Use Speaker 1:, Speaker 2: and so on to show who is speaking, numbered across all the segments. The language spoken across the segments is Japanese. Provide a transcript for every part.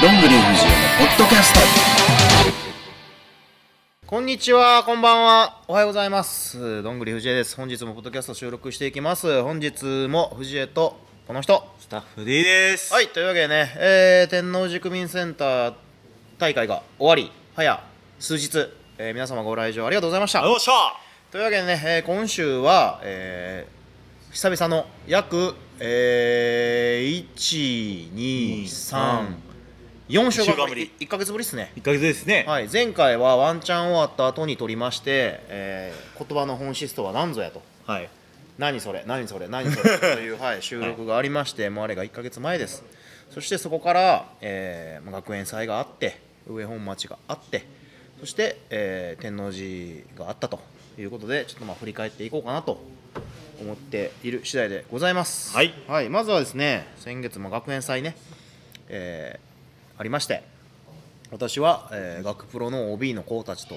Speaker 1: どんぐり藤江のポッドキャスト
Speaker 2: こんにちは、こんばんは、おはようございます。どんぐり藤江です。本日もポッドキャスト収録していきます。本日も藤江とこの人。
Speaker 3: スタッフ D です。
Speaker 2: はい、というわけでね、えー天王寺区民センター大会が終わり、早数日、えー皆様ご来場ありがとうございました。
Speaker 3: よっしゃ。
Speaker 2: というわけでね、えー今週は、えー久々の約、え1、2、3、4週
Speaker 3: 一週間
Speaker 2: 間ぶ
Speaker 3: ぶ
Speaker 2: り
Speaker 3: り、
Speaker 2: 1ヶ月ぶりですね。
Speaker 3: 一ヶ月ですね。
Speaker 2: はい、前回はワンチャン終わった後に撮りまして、えー言葉の本質とは何ぞやと
Speaker 3: はい。
Speaker 2: 何それ何それ何それという、はい、収録がありまして、もうあれが1ヶ月前ですそしてそこから、えーまあ学園祭があって上本町があってそして、えー天王寺があったということでちょっとまあ振り返っていこうかなと思っている次第でございます
Speaker 3: はい、
Speaker 2: まずはですね先月も学園祭ね、えーありまして私は、えー学プロの OB の子たちと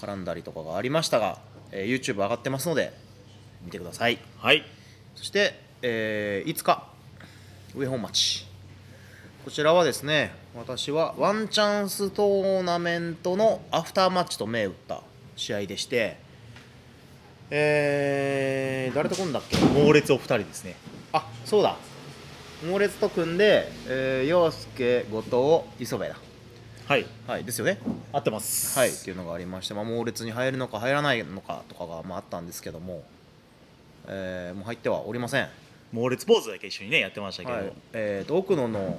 Speaker 2: 絡んだりとかがありましたが、えー YouTube 上がってますので見てください
Speaker 3: はい。
Speaker 2: そして、えー5日上本町こちらはですね私はワンチャンストーナメントのアフターマッチと銘打った試合でしてえー、誰と組んだっけ
Speaker 3: 猛烈お二人ですね。
Speaker 2: あそうだ猛烈と組んで、えー、陽介後藤磯部だ
Speaker 3: はい。
Speaker 2: はいですよね
Speaker 3: 合ってます。
Speaker 2: はい、っていうのがありまして、まあ、猛烈に入るのか入らないのかとかが、まあ、あったんですけども、えーもう入ってはおりません、
Speaker 3: 猛烈ポーズだけ一緒にねやってましたけど。
Speaker 2: はいえー、と奥野の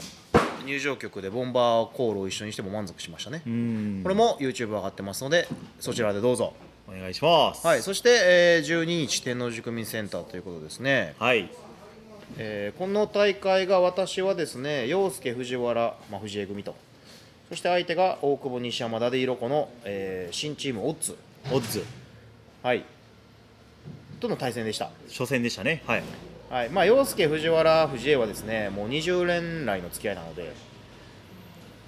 Speaker 2: 入場曲でボンバーコールを一緒にしても満足しましたね
Speaker 3: う、ん。
Speaker 2: これも YouTube 上がってますのでそちらでどうぞ、
Speaker 3: お願いします。
Speaker 2: はい、。そして、えー12日天王寺区民センターということですね、
Speaker 3: はい。
Speaker 2: えーこの大会が私はですね陽介藤原、まあ、藤江組とそして相手が大久保西山田で色子の、えー新チームオッズ
Speaker 3: オッズ
Speaker 2: はい、との対戦でした、
Speaker 3: 初戦でしたね。はい。
Speaker 2: はいまあ、陽介、藤原、藤江はですねもう20年来の付き合いなので、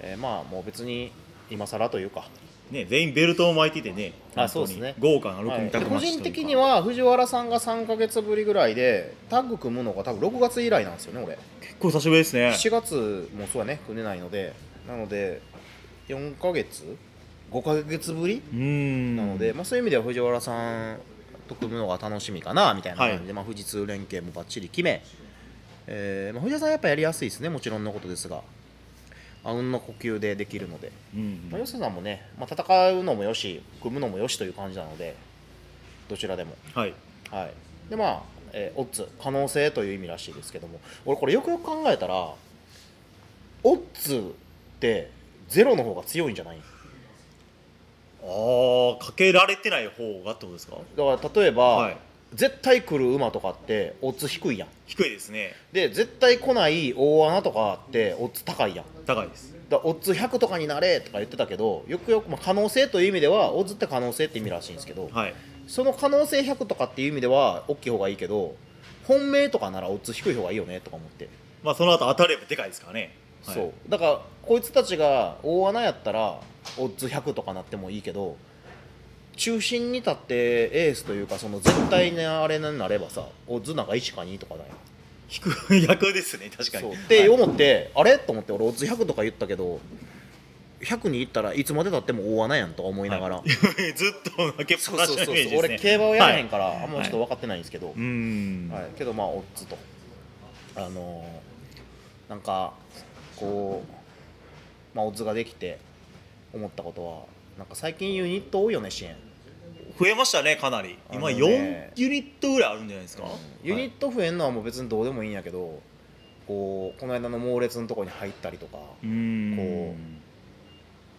Speaker 2: えーまあもう別に今更というか、
Speaker 3: ね全員ベルトを巻いててね。
Speaker 2: あそうですね
Speaker 3: 本当に豪華な
Speaker 2: は
Speaker 3: 六
Speaker 2: い
Speaker 3: 人た
Speaker 2: で
Speaker 3: く
Speaker 2: 個
Speaker 3: ましい
Speaker 2: 人
Speaker 3: というか
Speaker 2: 的には藤原さんが3か月ぶりぐらいでタッグ組むのが多分6月以来なんですよね、俺
Speaker 3: 結構久しぶりですね。
Speaker 2: 7月もそうやね組んでないのでなので4か月5か月ぶり
Speaker 3: うーん。
Speaker 2: なので、。まあ、そういう意味では藤原さんと組むのが楽しみかなみたいな感じで、
Speaker 3: は
Speaker 2: まあ、富士通連携もばっちり決め、えーまあ、藤原さんはやっぱやりやすいですねもちろんのことですがあうんの呼吸でできるので、
Speaker 3: うん
Speaker 2: まあ、。吉瀬さんもね、まあ、戦うのもよし組むのもよしという感じなのでどちらでも
Speaker 3: はい。
Speaker 2: はいでまあ、えーオッズ可能性という意味らしいですけども俺これよくよく考えたらオッズってゼロの方が強いんじゃない
Speaker 3: ああかけられてない方がってことですか。
Speaker 2: だから例えば、
Speaker 3: はい
Speaker 2: 絶対来る馬とかってオッズ低いやん
Speaker 3: 低いですね。
Speaker 2: で絶対来ない大穴とかってオッズ高いやん
Speaker 3: 高いです。
Speaker 2: だからオッズ100とかになれとか言ってたけどよくよく、まあ、可能性という意味ではオッズって可能性って意味らしいんですけど、
Speaker 3: はい。
Speaker 2: その可能性100とかっていう意味では大きい方がいいけど本命とかならオッズ低い方がいいよねとか思って、
Speaker 3: まあその後当たればでかいですからね。はい
Speaker 2: そう。だからこいつたちが大穴やったらオッズ100とかなってもいいけど中心に立ってエースというかその絶対にあれになればさオッズなんか1か2とかだよ
Speaker 3: 低い役ですね確か
Speaker 2: そう
Speaker 3: に。
Speaker 2: って思って、あれと思って俺オッズ100とか言ったけど100に行ったらいつまでたっても大穴やんとか思いながら、
Speaker 3: ずっと負けっ
Speaker 2: そ
Speaker 3: ぱ
Speaker 2: う
Speaker 3: な
Speaker 2: そう
Speaker 3: し
Speaker 2: そ
Speaker 3: の
Speaker 2: う
Speaker 3: イ
Speaker 2: そう、
Speaker 3: メージですね
Speaker 2: 俺競馬をやらへんから、
Speaker 3: はい
Speaker 2: あんまちょっと分かってないんですけど、
Speaker 3: うーん
Speaker 2: はい、けどまあオッズとあのーなんかこう、まあ、オッズができて思ったことはなんか最近ユニット多いよね支援
Speaker 3: 増えましたねかなり
Speaker 2: あの
Speaker 3: 今
Speaker 2: ね
Speaker 3: 4ユニットぐらいあるんじゃないですか、
Speaker 2: ユニット増えんのはもう別にどうでもいいんやけどこうこの間の猛烈のとこに入ったりとか、
Speaker 3: うーん
Speaker 2: こ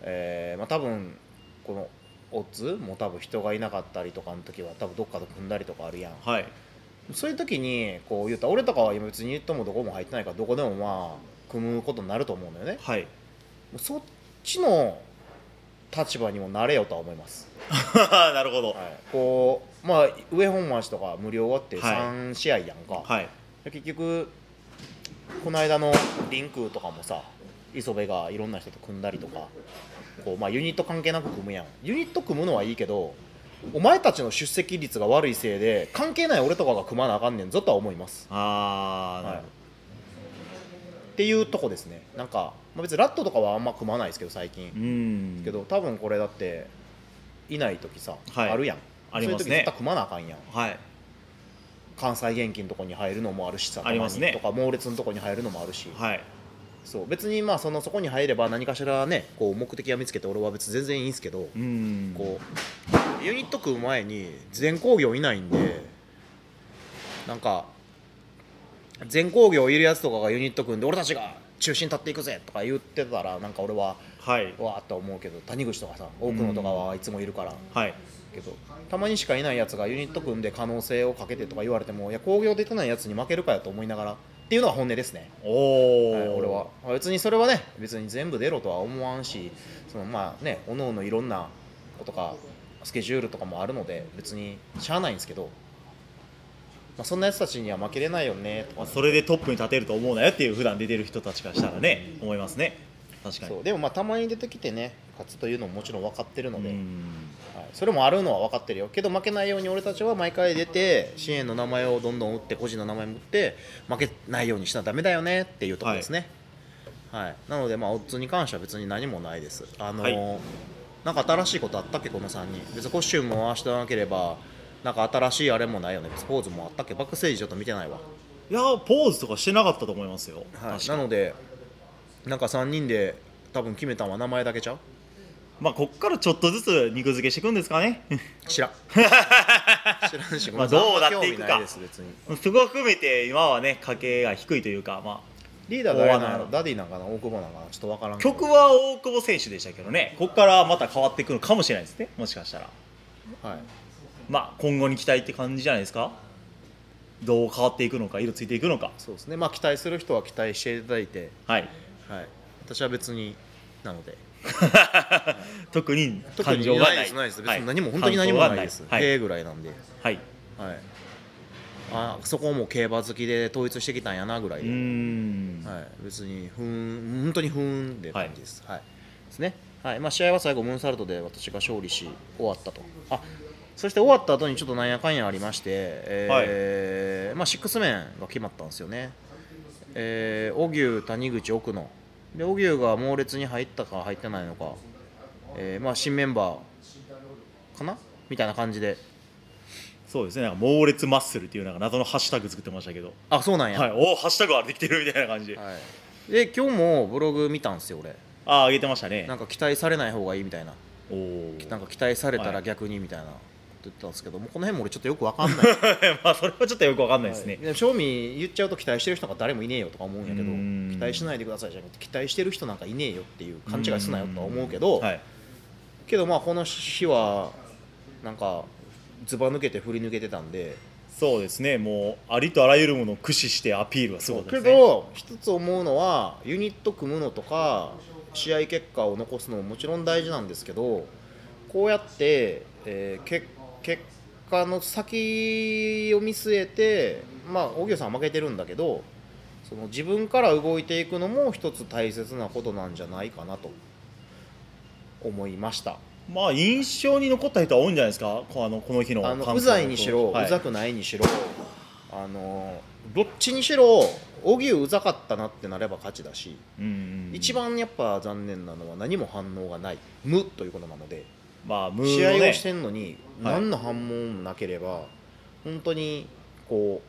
Speaker 2: えーまあ、多分このオッズも多分人がいなかったりとかの時は多分どっかと組んだりとかあるやん
Speaker 3: はい
Speaker 2: そういう時にこう言うたら俺とかは今別にユニットもどこも入ってないからどこでもまあ組むことになると思うんだよね
Speaker 3: はい
Speaker 2: そっちの立場にもなれよとは思います、
Speaker 3: なるほど
Speaker 2: はい、こうまあ上本町とか無料終わって
Speaker 3: はい
Speaker 2: 3試合やんか、
Speaker 3: はい
Speaker 2: で結局この間のリンクとかもさ磯部がいろんな人と組んだりとかこう、まあ、ユニット関係なく組むやんユニット組むのはいいけどお前たちの出席率が悪いせいで関係ない俺とかが組まなあかんねんぞとは思います
Speaker 3: ああ、なるほど
Speaker 2: っていうとこですねなんか、まあ、別にラットとかはあんま組まないですけど最近、
Speaker 3: うん
Speaker 2: けど多分これだっていない時さ、
Speaker 3: はい
Speaker 2: あるやん
Speaker 3: あります
Speaker 2: そ
Speaker 3: ね
Speaker 2: ういう時絶対組まなあかんやん
Speaker 3: はい
Speaker 2: 関西現金のとこに入るのもあるしさ
Speaker 3: ありますね
Speaker 2: たまにとか猛烈のとこに入るのもあるし、
Speaker 3: はい
Speaker 2: そう別にまあそのそこに入れば何かしらねこう目的は見つけて俺は別に全然いいんですけど、
Speaker 3: うん
Speaker 2: こうユニット組む前に全工業いないんでなんか全工業いるやつとかがユニット組んで俺たちが中心立っていくぜとか言ってたらなんか俺は
Speaker 3: はい
Speaker 2: わーっと思うけど谷口とかさ奥野とかはいつもいるから
Speaker 3: はい
Speaker 2: けどたまにしかいないやつがユニット組んで可能性をかけてとか言われてもいや工業出てないやつに負けるかやと思いながらっていうのは本音ですね。
Speaker 3: お
Speaker 2: はい
Speaker 3: お
Speaker 2: 俺は別にそれはね別に全部出ろとは思わんしそのまあねおのおのいろんなことかスケジュールとかもあるので別にしゃあないんですけど、まあ、そんなやつたちには負けれないよねと
Speaker 3: ま
Speaker 2: か
Speaker 3: あそれでトップに立てると思うなよっていう普段出てる人たちからしたらね思いますね確かに
Speaker 2: そうでもまあたまに出てきてね勝つというのももちろん分かってるので、
Speaker 3: うん
Speaker 2: はい、それもあるのは分かってるよけど負けないように俺たちは毎回出て支援の名前をどんどん打って個人の名前も打って負けないようにしなダメだよねっていうところですね、はいなのでまあオッズに関しては別に何もないですあのーなんか新しいことあったっけこの3人別にコスチュームを回してなければなんか新しいあれもないよね別にポーズもあったっけバックステージちょっと見てないわ、
Speaker 3: いやポーズとかしてなかったと思いますよ、
Speaker 2: はい、
Speaker 3: 確
Speaker 2: な
Speaker 3: かに
Speaker 2: のでなんか3人で多分決めたのは名前だけちゃう
Speaker 3: まあこっからちょっとずつ肉付けしていくんですか ね
Speaker 2: 知 らん知らんし
Speaker 3: まあどうなって
Speaker 2: ごめ
Speaker 3: いくか
Speaker 2: んな興味ないです別に
Speaker 3: そこを含めて今はね掛けが低いというかま
Speaker 2: リーダー誰
Speaker 3: 大
Speaker 2: な
Speaker 3: 穴や
Speaker 2: ん
Speaker 3: ろ
Speaker 2: ろダディなんかな大久保なんかなちょっとわからん
Speaker 3: あ
Speaker 2: けど
Speaker 3: 曲は大久保選手でしたけどねここからまた変わっていくのかもしれないですねもしかしたら
Speaker 2: はい
Speaker 3: まあ今後に期待って感じじゃないですかどう変わっていくのか色ついていくのか
Speaker 2: そうですねまあ期待する人は期待していただいて
Speaker 3: はい
Speaker 2: はい私は別になので
Speaker 3: 特に
Speaker 2: 特
Speaker 3: 感
Speaker 2: に
Speaker 3: 情がない
Speaker 2: ですないです別
Speaker 3: はい
Speaker 2: に何も、本当に何もないです
Speaker 3: 感情
Speaker 2: え
Speaker 3: が
Speaker 2: え
Speaker 3: ない
Speaker 2: ぐらいなんで
Speaker 3: はい、はい、
Speaker 2: はいあそこも競馬好きで統一してきたんやなぐらいうで
Speaker 3: ーん
Speaker 2: はい、別にふーん本当にふーんで感じです。はい、ですね。はい、まあ試合は最後ムーンサルトで私が勝利し終わったと。あ、そして終わった後にちょっとなんやかんやありまして、えーまあシックスメンが決まったんですよね。えー、荻生谷口奥野で荻生が猛烈に入ったか入ってないのか、えーまあ新メンバーかなみたいな感じで。
Speaker 3: そうですねなんか猛烈マッスルっていうなんか謎のハッシュタグ作ってましたけど
Speaker 2: あ、そうなんや。
Speaker 3: はい、おおハッシュタグはできてるみたいな感じで、
Speaker 2: はいで今日もブログ見たんですよ俺。
Speaker 3: ああ上げてましたね
Speaker 2: なんか期待されない方がいいみたいな。
Speaker 3: おお
Speaker 2: なんか期待された
Speaker 3: は
Speaker 2: ら
Speaker 3: い
Speaker 2: 逆にみたいなこと言ってたんですけど、もうこの辺も俺ちょっとよくわかんない
Speaker 3: まあそれはちょっとよくわかんないですね、
Speaker 2: でも正味言っちゃうと期待してる人が誰もいねえよとか思うんやけど
Speaker 3: うーん
Speaker 2: 期待しないでくださいじゃなくて期待してる人なんかいねえよっていう勘違いすなよとは思うけど、
Speaker 3: はい、
Speaker 2: けどまあこの日はなんかずば抜けて振り抜けてたんで
Speaker 3: そうですねもうありとあらゆるものを駆使してアピールはすごいです
Speaker 2: け
Speaker 3: ね
Speaker 2: ど一つ思うのはユニット組むのとか試合結果を残すのももちろん大事なんですけどこうやって、えーけ結果の先を見据えてまあ荻生さんは負けてるんだけどその自分から動いていくのも一つ大切なことなんじゃないかなと思いました。
Speaker 3: まあ印象に残った人は多いんじゃないですかこあのこの日の
Speaker 2: あ
Speaker 3: 感想
Speaker 2: のうざいにしろ、
Speaker 3: はいう
Speaker 2: ざくないにしろあのどっちにしろ荻生うざかったなってなれば勝ちだし。
Speaker 3: うんうんうん
Speaker 2: 一番やっぱ残念なのは何も反応がない無ということなので、
Speaker 3: まあムー
Speaker 2: 試
Speaker 3: の
Speaker 2: 合を
Speaker 3: ね
Speaker 2: してんのに
Speaker 3: はい
Speaker 2: 何の反応もなければ、本当にこ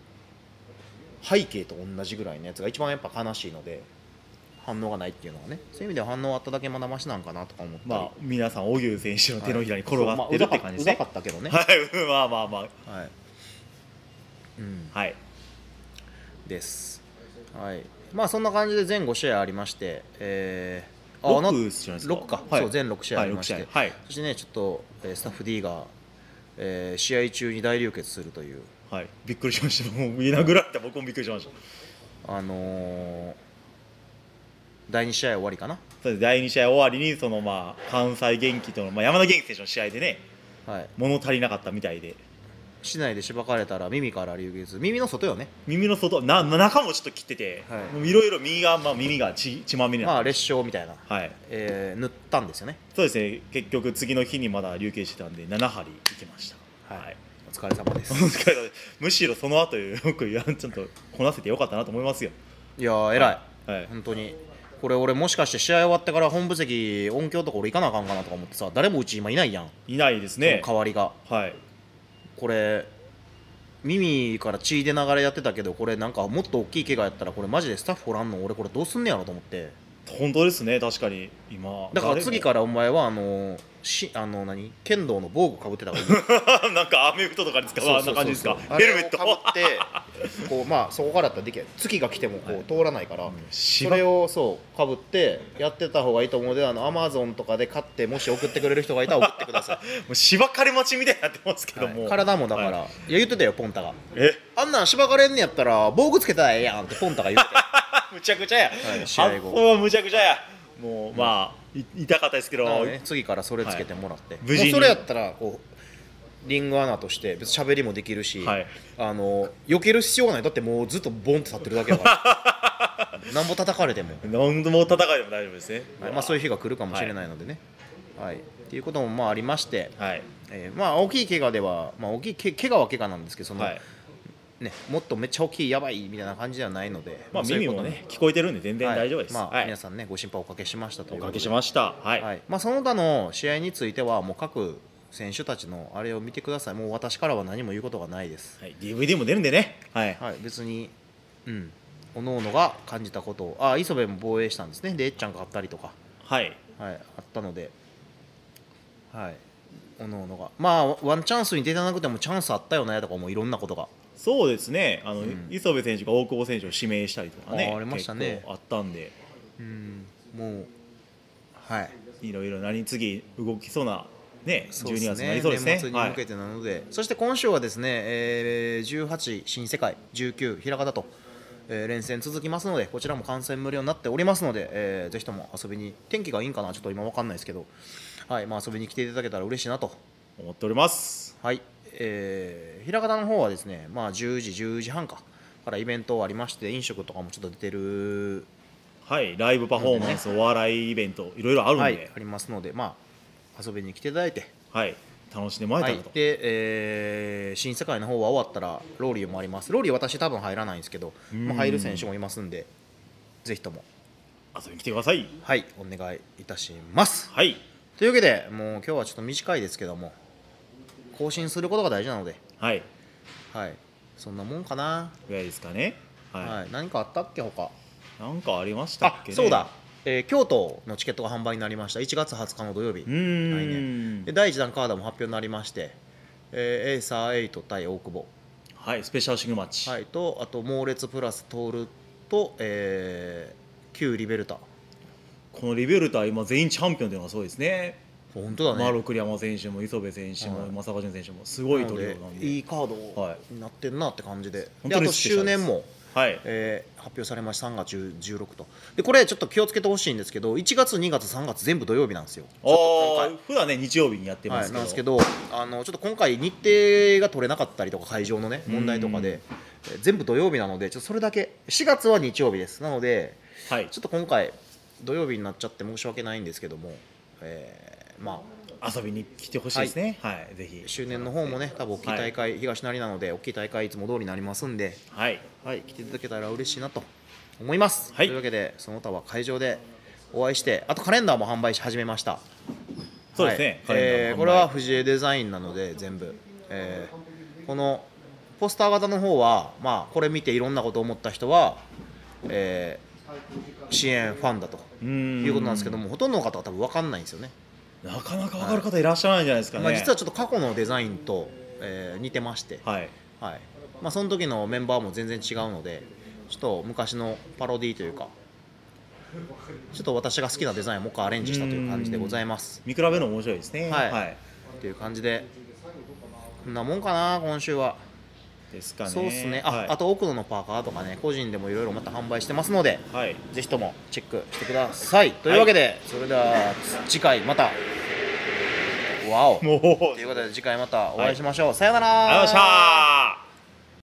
Speaker 2: う背景と同じぐらいのやつが一番やっぱ悲しいので反応がないっていうのはねそういう意味では反応あっただけまだましなんかなとか思ったり、
Speaker 3: まあ皆さん荻生選手の手のひらに転がってるって感じです
Speaker 2: そうまあうざかうざか
Speaker 3: ね
Speaker 2: ったけどね、
Speaker 3: はい まあまあま
Speaker 2: はいうん
Speaker 3: あはい
Speaker 2: ですはいまあそんな感じで全5試合ありましてえー、あな
Speaker 3: 6じゃないですか
Speaker 2: 6か、
Speaker 3: はい
Speaker 2: そう全6試合ありまして、
Speaker 3: はい6試合はい
Speaker 2: そしてねちょっと、えースタッフ D が、えー試合中に大流血するという
Speaker 3: はいびっくりしましたもう見なぐられて僕もびっくりしました
Speaker 2: あのー第2試合終わりかな
Speaker 3: そうです第2試合終わりにそのまあ関西元気との、まあ、山田元気選手の試合でね
Speaker 2: はい
Speaker 3: 物足りなかったみたいで
Speaker 2: 市内でしばかれたら耳から流血耳の外よね
Speaker 3: 耳の外な中もちょっと切ってて、
Speaker 2: はい
Speaker 3: もういろいろ右が、まあ、耳が血血まみれに
Speaker 2: ま
Speaker 3: な
Speaker 2: あ
Speaker 3: って
Speaker 2: 裂傷みたいな、
Speaker 3: はい
Speaker 2: えー塗ったんですよね
Speaker 3: そうですね結局次の日にまだ流血してたんで7針いきましたはい、
Speaker 2: お疲れ様です
Speaker 3: その疲れたむしろその後よくいやちょっとこなせてよかったなと思いますよ
Speaker 2: いやー偉い、
Speaker 3: はい
Speaker 2: 本当にこれ俺もしかして試合終わってから本部席音響とか俺行かなあかんかなとか思ってさ誰もうち今いないやん、
Speaker 3: いないですね
Speaker 2: その代わりが
Speaker 3: はい
Speaker 2: これ耳から血出ながらやってたけどこれなんかもっと大きい怪我やったらこれマジでスタッフおらんの俺これどうすんねやろと思って
Speaker 3: 本当ですね確かに今
Speaker 2: だから次かららお前はあのしあの何剣道の防具かぶってた方がいい
Speaker 3: なんかアメフトとかですか
Speaker 2: そう
Speaker 3: あんな感じですか
Speaker 2: そうそうそう
Speaker 3: ヘルメット
Speaker 2: あれをかぶってこうまあそこからだったらできない月が来てもこう通らないから、そ
Speaker 3: 芝
Speaker 2: れをそうかぶってやってた方がいいと思うのであのアマゾンとかで買ってもし送ってくれる人がいたら送ってくださ
Speaker 3: もう芝刈り待ちみたいになってますけ
Speaker 2: い、
Speaker 3: ど も、
Speaker 2: はい体もだから、、
Speaker 3: はい
Speaker 2: や言ってたよポンタが
Speaker 3: え
Speaker 2: あんなんしばかれんねやったら防具つけたらええやんってポンタが言って たよ
Speaker 3: むちゃくちゃや、
Speaker 2: はい試合後
Speaker 3: 発想はむちゃくちゃやもう、まあい痛かったですけど、
Speaker 2: だからね次からそれつけてもらって、
Speaker 3: い無事に
Speaker 2: もうそれやったらこうリングアナとして別に喋りもできるし、
Speaker 3: はい
Speaker 2: あの避ける必要がないだってもうずっとボンって立ってるだけやから なんぼ叩かれても
Speaker 3: 何度も戦いでも大丈夫ですね、
Speaker 2: はいまあ、そういう
Speaker 3: う
Speaker 2: 日が来るかもしれないのでね。はいっていうこともまあありまして、
Speaker 3: はい
Speaker 2: えーまあ、大きい怪我では、まあ、大きいけ怪我は怪我なんですけどその、
Speaker 3: はい
Speaker 2: ね、もっとめっちゃ大きいやばいみたいな感じではないので、
Speaker 3: まあ、
Speaker 2: そうい
Speaker 3: 耳
Speaker 2: うこ
Speaker 3: も
Speaker 2: と
Speaker 3: ね聞こえてるんで全然
Speaker 2: はい
Speaker 3: 大丈夫です、
Speaker 2: まあ
Speaker 3: はい
Speaker 2: 皆さんねご心配おかけしましたとい
Speaker 3: お
Speaker 2: うこと
Speaker 3: か
Speaker 2: で
Speaker 3: けしましたはい、
Speaker 2: はいまあ、その他の試合についてはもう各選手たちのあれを見てくださいもう私からは何も言うことがないです、
Speaker 3: はい DVD も出るんでねはい、
Speaker 2: はい、別にうん各々が感じたことをあ磯部も防衛したんですねでえっちゃんがあったりとか
Speaker 3: はい、
Speaker 2: はい、あったので、はい、おのおのが、まあ、ワンチャンスに出てなくてもチャンスあったよねとか、もういろんなことが、
Speaker 3: そうですねあの、
Speaker 2: ん
Speaker 3: 磯部選手が大久保選手を指名したりとかね
Speaker 2: あありましたね
Speaker 3: 結構あったんで
Speaker 2: うん、もう、はい、
Speaker 3: いろいろ何次動きそうなね
Speaker 2: そうです
Speaker 3: 12月になりそうですね
Speaker 2: 年末に向けてなので、そして今週はですね、えー18、新世界、19、平方と、えー連戦続きますので、こちらも観戦無料になっておりますので、えーぜひとも遊びに、天気がいいんかな、ちょっと今わかんないですけど、はい、まあ、遊びに来ていただけたら嬉しいなと
Speaker 3: はい思っております
Speaker 2: はい、えー、平方の方はですね、まあ、10時、10時半かからイベントありまして、飲食とかもちょっと出てる、
Speaker 3: はいライブパフォーマンス、お笑いイベントいろいろあるんで、
Speaker 2: はい、ありますので、まあ、遊びに来ていただいて、
Speaker 3: はい、楽しんでもら
Speaker 2: は
Speaker 3: え
Speaker 2: い
Speaker 3: たらと、、
Speaker 2: で、えー新世界の方は終わったら、ローリーもあります、ローリー、私、多分入らないんですけど、
Speaker 3: ん
Speaker 2: まあ、入る選手もいますんで、ぜひとも、
Speaker 3: 遊びに来てください。
Speaker 2: はい、お願いいたします。
Speaker 3: はい、
Speaker 2: というわけで、もう今日はちょっと短いですけども、更新することが大事なので、
Speaker 3: はい、
Speaker 2: はい、そんなもんかな、
Speaker 3: ぐらいですかね。はい、
Speaker 2: はい、何かあったっけ、他
Speaker 3: なんかありましたっけ、ね。
Speaker 2: そうだ、。えー京都のチケットが販売になりました1月20日の土曜日、
Speaker 3: うー
Speaker 2: 来
Speaker 3: ん、
Speaker 2: で第1弾カードも発表になりまして、えーエイサー8対大久保、
Speaker 3: はい、スペシャルシングルマッチ。
Speaker 2: はい、とあと猛烈プラストールと、えー、旧リベルタ
Speaker 3: このリベルタは今全員チャンピオンというのがそうですね。
Speaker 2: 本当だね
Speaker 3: マロクリ山選手も磯部選手も、
Speaker 2: はい
Speaker 3: 正和潤選手もすごい
Speaker 2: なの
Speaker 3: トリオ
Speaker 2: で
Speaker 3: なんで。
Speaker 2: いいカー
Speaker 3: は
Speaker 2: ドになってんなって感じで,、
Speaker 3: 本
Speaker 2: で
Speaker 3: 当
Speaker 2: あ
Speaker 3: に
Speaker 2: と
Speaker 3: スペシャ
Speaker 2: 周
Speaker 3: ルです
Speaker 2: 年も、
Speaker 3: はい、
Speaker 2: えー発表されました3月16とでこれちょっと気をつけてほしいんですけど1月2月3月全部土曜日なんですよ
Speaker 3: ああー、普段ね日曜日にやってま
Speaker 2: は
Speaker 3: す
Speaker 2: い、
Speaker 3: けど。
Speaker 2: なんですけどあのちょっと今回日程が取れなかったりとか会場のね問題とかでえー全部土曜日なのでちょっとそれだけ4月は日曜日ですなので
Speaker 3: はい
Speaker 2: ちょっと今回土曜日になっちゃって申し訳ないんですけども、えーま
Speaker 3: 遊びに来てほしいですね。はい、ぜひ
Speaker 2: あ。周年の方もね多分大きい大会、東成なので大きい大会いつも通りになりますんで、
Speaker 3: はい、
Speaker 2: はい、来ていただけたら嬉しいなと思います、
Speaker 3: はい
Speaker 2: というわけでその他は会場でお会いしてあとカレンダーも販売し始めました
Speaker 3: そうですね。
Speaker 2: はい
Speaker 3: カレンダー
Speaker 2: えー
Speaker 3: の販売
Speaker 2: これは藤江デザインなので全部、えーこのポスター型の方は、まあ、これ見ていろんなことを思った人は、えー支援ファンだと
Speaker 3: うーん
Speaker 2: いうことなんですけどもほとんどの方は多分分かんないんですよね、
Speaker 3: なかなかわかる方いらっしゃらないんじゃないですかね。
Speaker 2: まあ、実はちょっと過去のデザインと、えー似てまして、
Speaker 3: はい。
Speaker 2: はいまあ、その時のメンバーも全然違うのでちょっと昔のパロディーというかちょっと私が好きなデザインをもう一回アレンジしたという感じでございます
Speaker 3: 見比べるの面白いですね。
Speaker 2: はい
Speaker 3: はい
Speaker 2: っていう感じでこんなもんかな今週は
Speaker 3: ですかね。
Speaker 2: そうっすねあ,、
Speaker 3: はい、
Speaker 2: あと奥野のパーカーとかね個人でもいろいろまた販売してますので
Speaker 3: はい、
Speaker 2: ぜひともチェックしてくださいというわけで、それでは次回またわおと
Speaker 3: もう、ありがとうご
Speaker 2: いうことで次回またお会いしましょう、さよなら
Speaker 3: ざいました。